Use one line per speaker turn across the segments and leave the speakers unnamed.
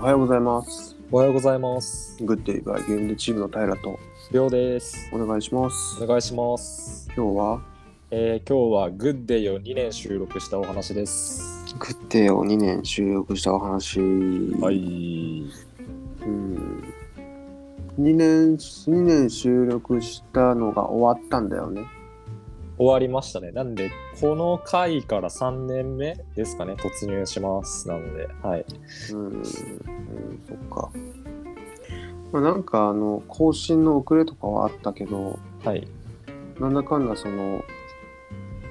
はようございます。
おはようございます。
グッデイバーゲームでチームの平と
りょうです。
お願いします。
お願いします。
今日は
えー今日はグッデイを2年収録したお話です。
グッデイを2年収録したお話。は。
い。
うん。2年、2年収録したのが終わったんだよね。
終わりましたね。なんで、この回から3年目ですかね、突入します。なので、はい。
うん。うん、そっか。まあ、なんかあの、更新の遅れとかはあったけど、
はい。
なんだかんだその、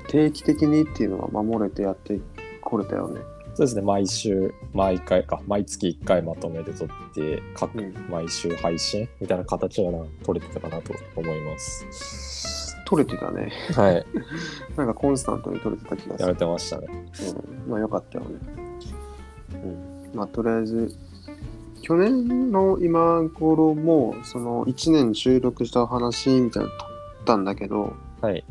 定期的にっていうのは守れてやってこれたよね。
そうですね、毎週、毎回か、毎月1回まとめて撮って、各毎週配信みたいな形はなん撮れてたかなと思います。
取れてたね。
はい。
なんかコンスタントに取れてた気がす
や
る
れ。てましたね。
うん、まあよかったよね。まあとりあえず、去年の今頃も、その1年収録した話みたいなの撮ったんだけど、
はい。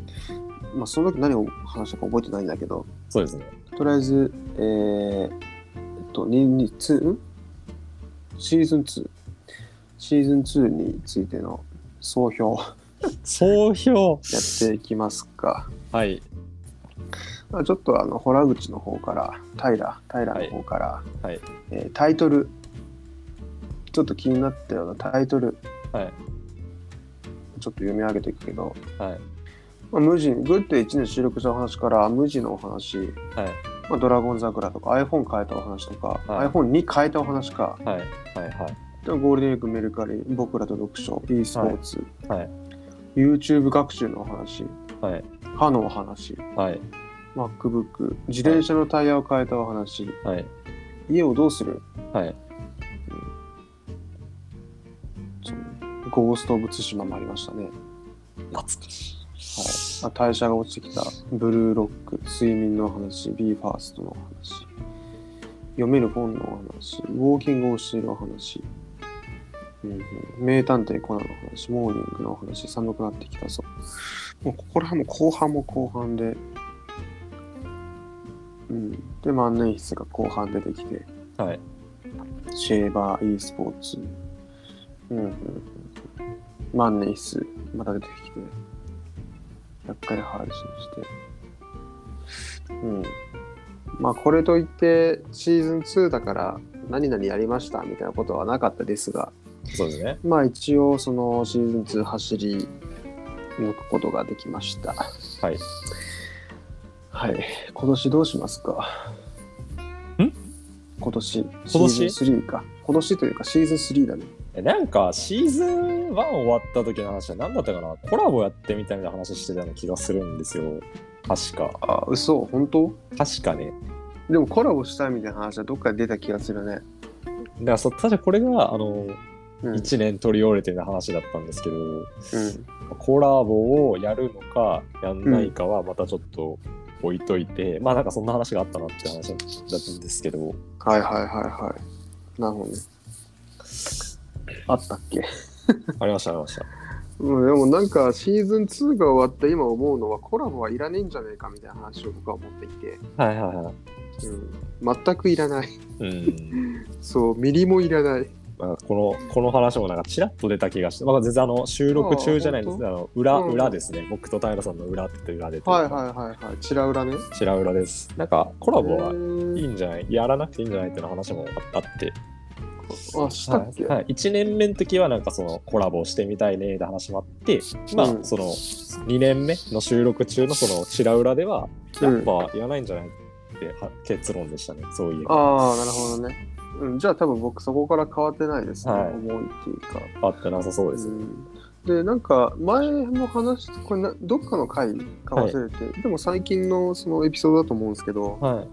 まあその時何を話したか覚えてないんだけど、
そうですね。
とりあえず、えー、えっと、ににつんシーズン 2? シーズン2についての総評
総評
やっていきますか。
はい。
まあちょっとあの、洞口の方から、平、平の方から、
はい。
えータイトルちょっと気になったようなタイトル
はい。
ちょっと読み上げていくけど、
はい。
まあ、無人グッド1年収録したお話から無人のお話、
はい。
まあ、ドラゴン桜とか iPhone 変えたお話とか、
はい
iPhone2 変えたお話か
はい。はい。はい。
でゴールデンウィークメルカリ僕らと読書 e スポーツ、
はいはい
YouTube 学習のお話
はい。
歯のお話
はい。
MacBook 自転車のタイヤを変えたお話、
はい。
家をどうする
はい。
そうゴースト・オブ・ツシマもありましたね
懐かし
はい、あ代謝が落ちてきたブルーロック睡眠のお話 b ファーストのお話読める本のお話ウォーキングをしているお話、うんうん、名探偵コナンのお話モーニングのお話寒くなってきたぞもうここら辺も後半も後半でうんで万年筆が後半出てきて
い。はい。
シェーバー e スポーツうんうんうん万年筆また出てきてやっかり配信してうんまあこれといってシーズン2だから何々やりましたみたいなことはなかったですが
そうですね。
まあ一応そのシーズン2走り抜くことができました
はい。
はい今年どうしますか
ん
今年シー
年
ズン3か今年というかシーズン3だね
えなんか、シーズン1終わった時の話は何だったかなコラボやってみたいな話してたような気がするんですよ。確か。
あ嘘本当
確かね。
でもコラボしたいみたいな話はどっかで出た気がするね。
だからそ、確かこれが、あの、
うん。
1年取り終えての話だったんですけど、
うん
コラボをやるのか、やんないかはまたちょっと置いといて、まあなんかそんな話があったなっていう話だったんですけ ど、
はいはいはいはい。なるほどね。あったっけ、
ありました、ありました。
うん、でもなんかシーズン2が終わった今思うのはコラボはいらねえんじゃねえかみたいな話を僕は思っていて、
はいはいはい。
うん、全くいらない。
うん。
そう、ミリもいらない。
まあ、この、この話もなんかちらっと出た気がして、まあ、全然あの、収録中じゃないんですけど、あの、裏、
うん
裏ですね。僕と平さんの裏って裏で。
はいはいはいはい。ちらうらね。
い。ちら裏です。なんか、コラボは
へ
い
ー
いんじゃないやらなくていいんじゃないっていう話もあって。
あ、したっけ、
はい。はい、1年目の時はなんかその、コラボしてみたいねって話もあって、まあ、
うん
その、2年目の収録中のその、ちら裏では、
う
や
ん
っぱやらないんじゃないっては結論でしたね。そういう。
ああ、なるほどね。うん、じゃあ多分僕そこから変わってないですね。
はい
思いっていうか。
あってなさそうです。
うんでなんか前の話これなどっかの回か忘れて、でも最近のそのエピソードだと思うんですけど
はい。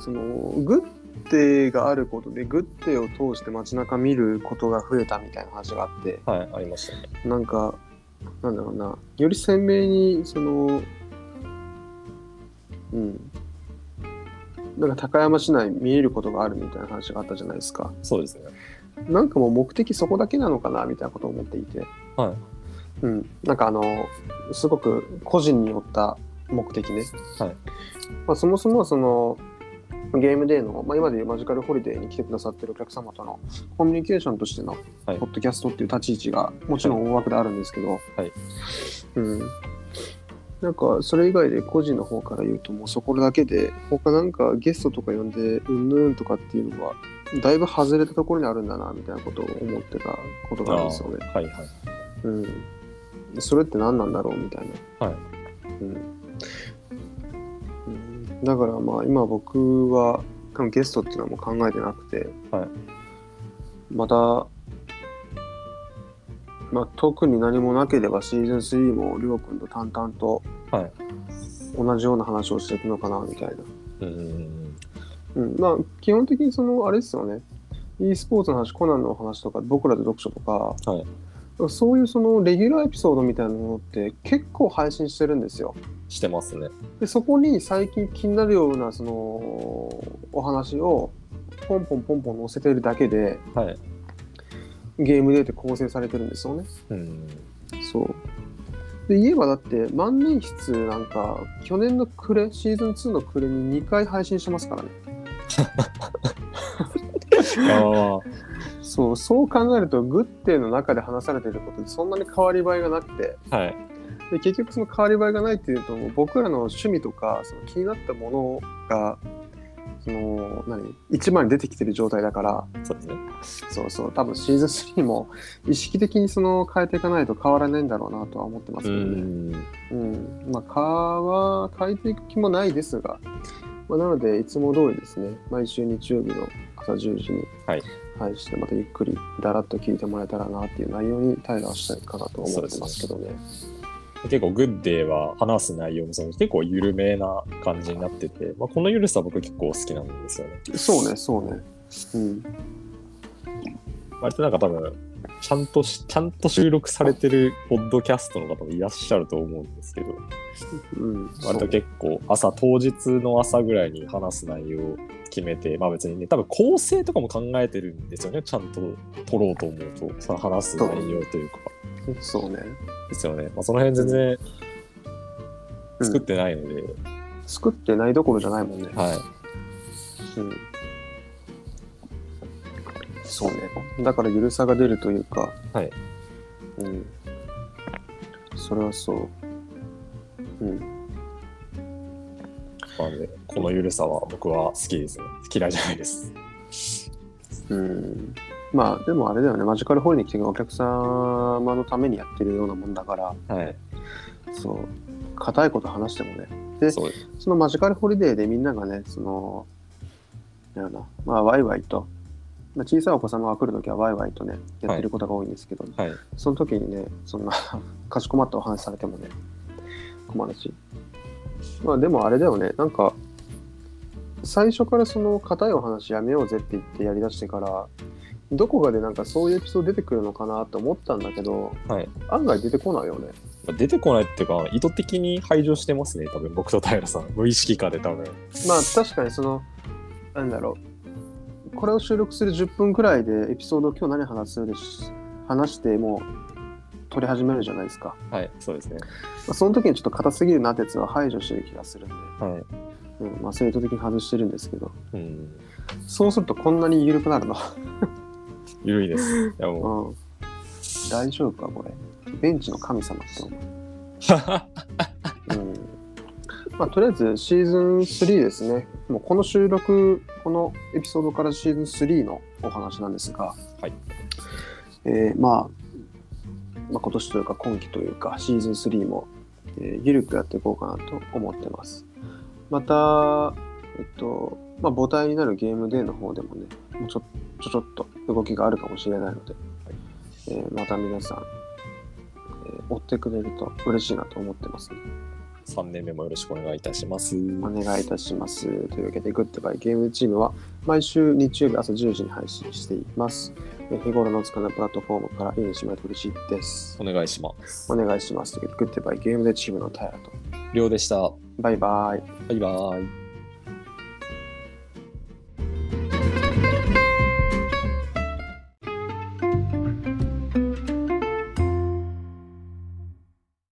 そのグッデーがあることでグッデーを通して街中見ることが増えたみたいな話があって
はい、ありましたね。
なんかなんだろうなより鮮明にそのうんなんか高山市内見えることがあるみたいな話があったじゃないですか。
そうですね。
なんかもう目的そこだけなのかなみたいなことを思っていて、
は
うん、なんかあのすごく個人によった目的ね、
はい
まあ、そもそもそのゲームデーの、まあ、今でいうマジカルホリデーに来てくださってるお客様とのコミュニケーションとしての、
はい
ポッドキャストっていう立ち位置がもちろん大枠であるんですけど、
はい
うん、なんかそれ以外で個人の方から言うともうそこだけで他なんかゲストとか呼んでうんぬんとかっていうのはだいぶ外れたところにあるんだなみたいなことを思ってたことがあるんですよね。
はいはい。
うん、それって何なんだろうみたいな。
はい
うんうん、だからまあ今僕は多分ゲストっていうのはもう考えてなくて、
はい
また、まあ、特に何もなければシーズン3もりょうくんと淡々と
はい
同じような話をしていくのかなみたいな。
うんうんうん。
うん、まあ基本的にそのあれですよね e スポーツの話コナンのお話とか僕らで読書とか、
はい
そういうそのレギュラーエピソードみたいなものって結構配信してるんですよ
してますね。
でそこに最近気になるようなそのお話をポンポンポンポン載せてるだけで
はい。
ゲームデーって構成されてるんですよね
うん。
そうで言えばだって万年筆なんか去年の暮れシーズン2の暮れに2回配信してますからね
あ
そうそう考えるとグッデーの中で話されていることってそんなに変わり映えがなくて
あ。はい。
で結局その変わり映えがないっていうともう僕らの趣味とかその気になったものがその何一番に出てきてる状態だから
そうですね。
そうそう多分シーズン3も意識的にその変えていかないと変わらないんだろうなとは思ってます
う
けどね。
ん。
うんまあ、蚊は変えていく気もないですが、まあ、なのでいつも通りですね毎週日曜日の朝10時に
はい
配信してまたゆっくりだらっと聞いてもらえたらなっていう内容に対応したいかなと思ってますけどね
結構グッデーは話す内容もその結構緩めな感じになってて、まあ、この緩さ僕結構好きなんですよね。
そうねそうねうん
割となんか多分ちゃんとしちゃんと収録されてるポッドキャストの方もいらっしゃると思うんですけど
うん
割と結構朝当日の朝ぐらいに話す内容を決めてまあ別にね多分構成とかも考えてるんですよねちゃんと撮ろうと思うとその話す内容というか
そうそうね
ですよね、まあ、その辺全然
うん
作ってないので、
作ってないどころじゃないもんね、
はい
うん、そうねだからゆるさが出るというか
はい
うんそれはそううん
なのでこの緩さは僕は好きですね嫌いじゃないです
うんまあでもあれだよねマジカルホールに来てるお客様のためにやってるようなもんだから
はい
そう硬いこと話してもねで
そうです
そのマジカルホリデーでみんながねそのなんだろうなまあワイワイと、まあ、小さいお子様が来るときはワイワイとねやってることが多いんですけど、
はい
その時にねそんな かしこまったお話されてもね困るしまあでもあれだよねなんか最初からその硬いお話やめようぜって言ってやりだしてからどこかでなんかそういうエピソード出てくるのかなと思ったんだけど
はい
案外出てこないよね
出てこないっていうか意図的に排除してますね多分僕と平さん無意識化で多分
まあ確かにそのなんだろうこれを収録する10分くらいでエピソードを今日何話すでし話してもう撮り始めるじゃないですか、
はいそうですね
まあ、その時にちょっと硬すぎるなってやつは排除してる気がするんで、
は
うんまあ、生徒的に外してるんですけど
いうん
そうするとこんなに緩くなるの、
ゆるい ですいやもう
うん、大丈夫かこれベンチの神様って思う、うんまあ、とりあえずシーズン3ですねもうこの収録このエピソードからシーズン3のお話なんですが、
はい
えーまあ、まあ今年というか今期というかシーズン3も、えーゆるくやっていこうかなと思ってますまたえっとまあ母体になるゲームデーの方でもねもうちょちょちょっと動きがあるかもしれないので、えーまた皆さん、えー追ってくれると嬉しいなと思ってますね、
3年目もよろしくお願いいたします
お願いいたしますというわけでグッドバイゲームチームは毎週日曜日朝10時に配信しています、えー日頃のお使いのプラットフォームからいいねしてもらえると嬉しいです
お願いします
お願いしますというわけでグッドバイゲームでチームの平と
りょうでした
バイバイ
バイバーイ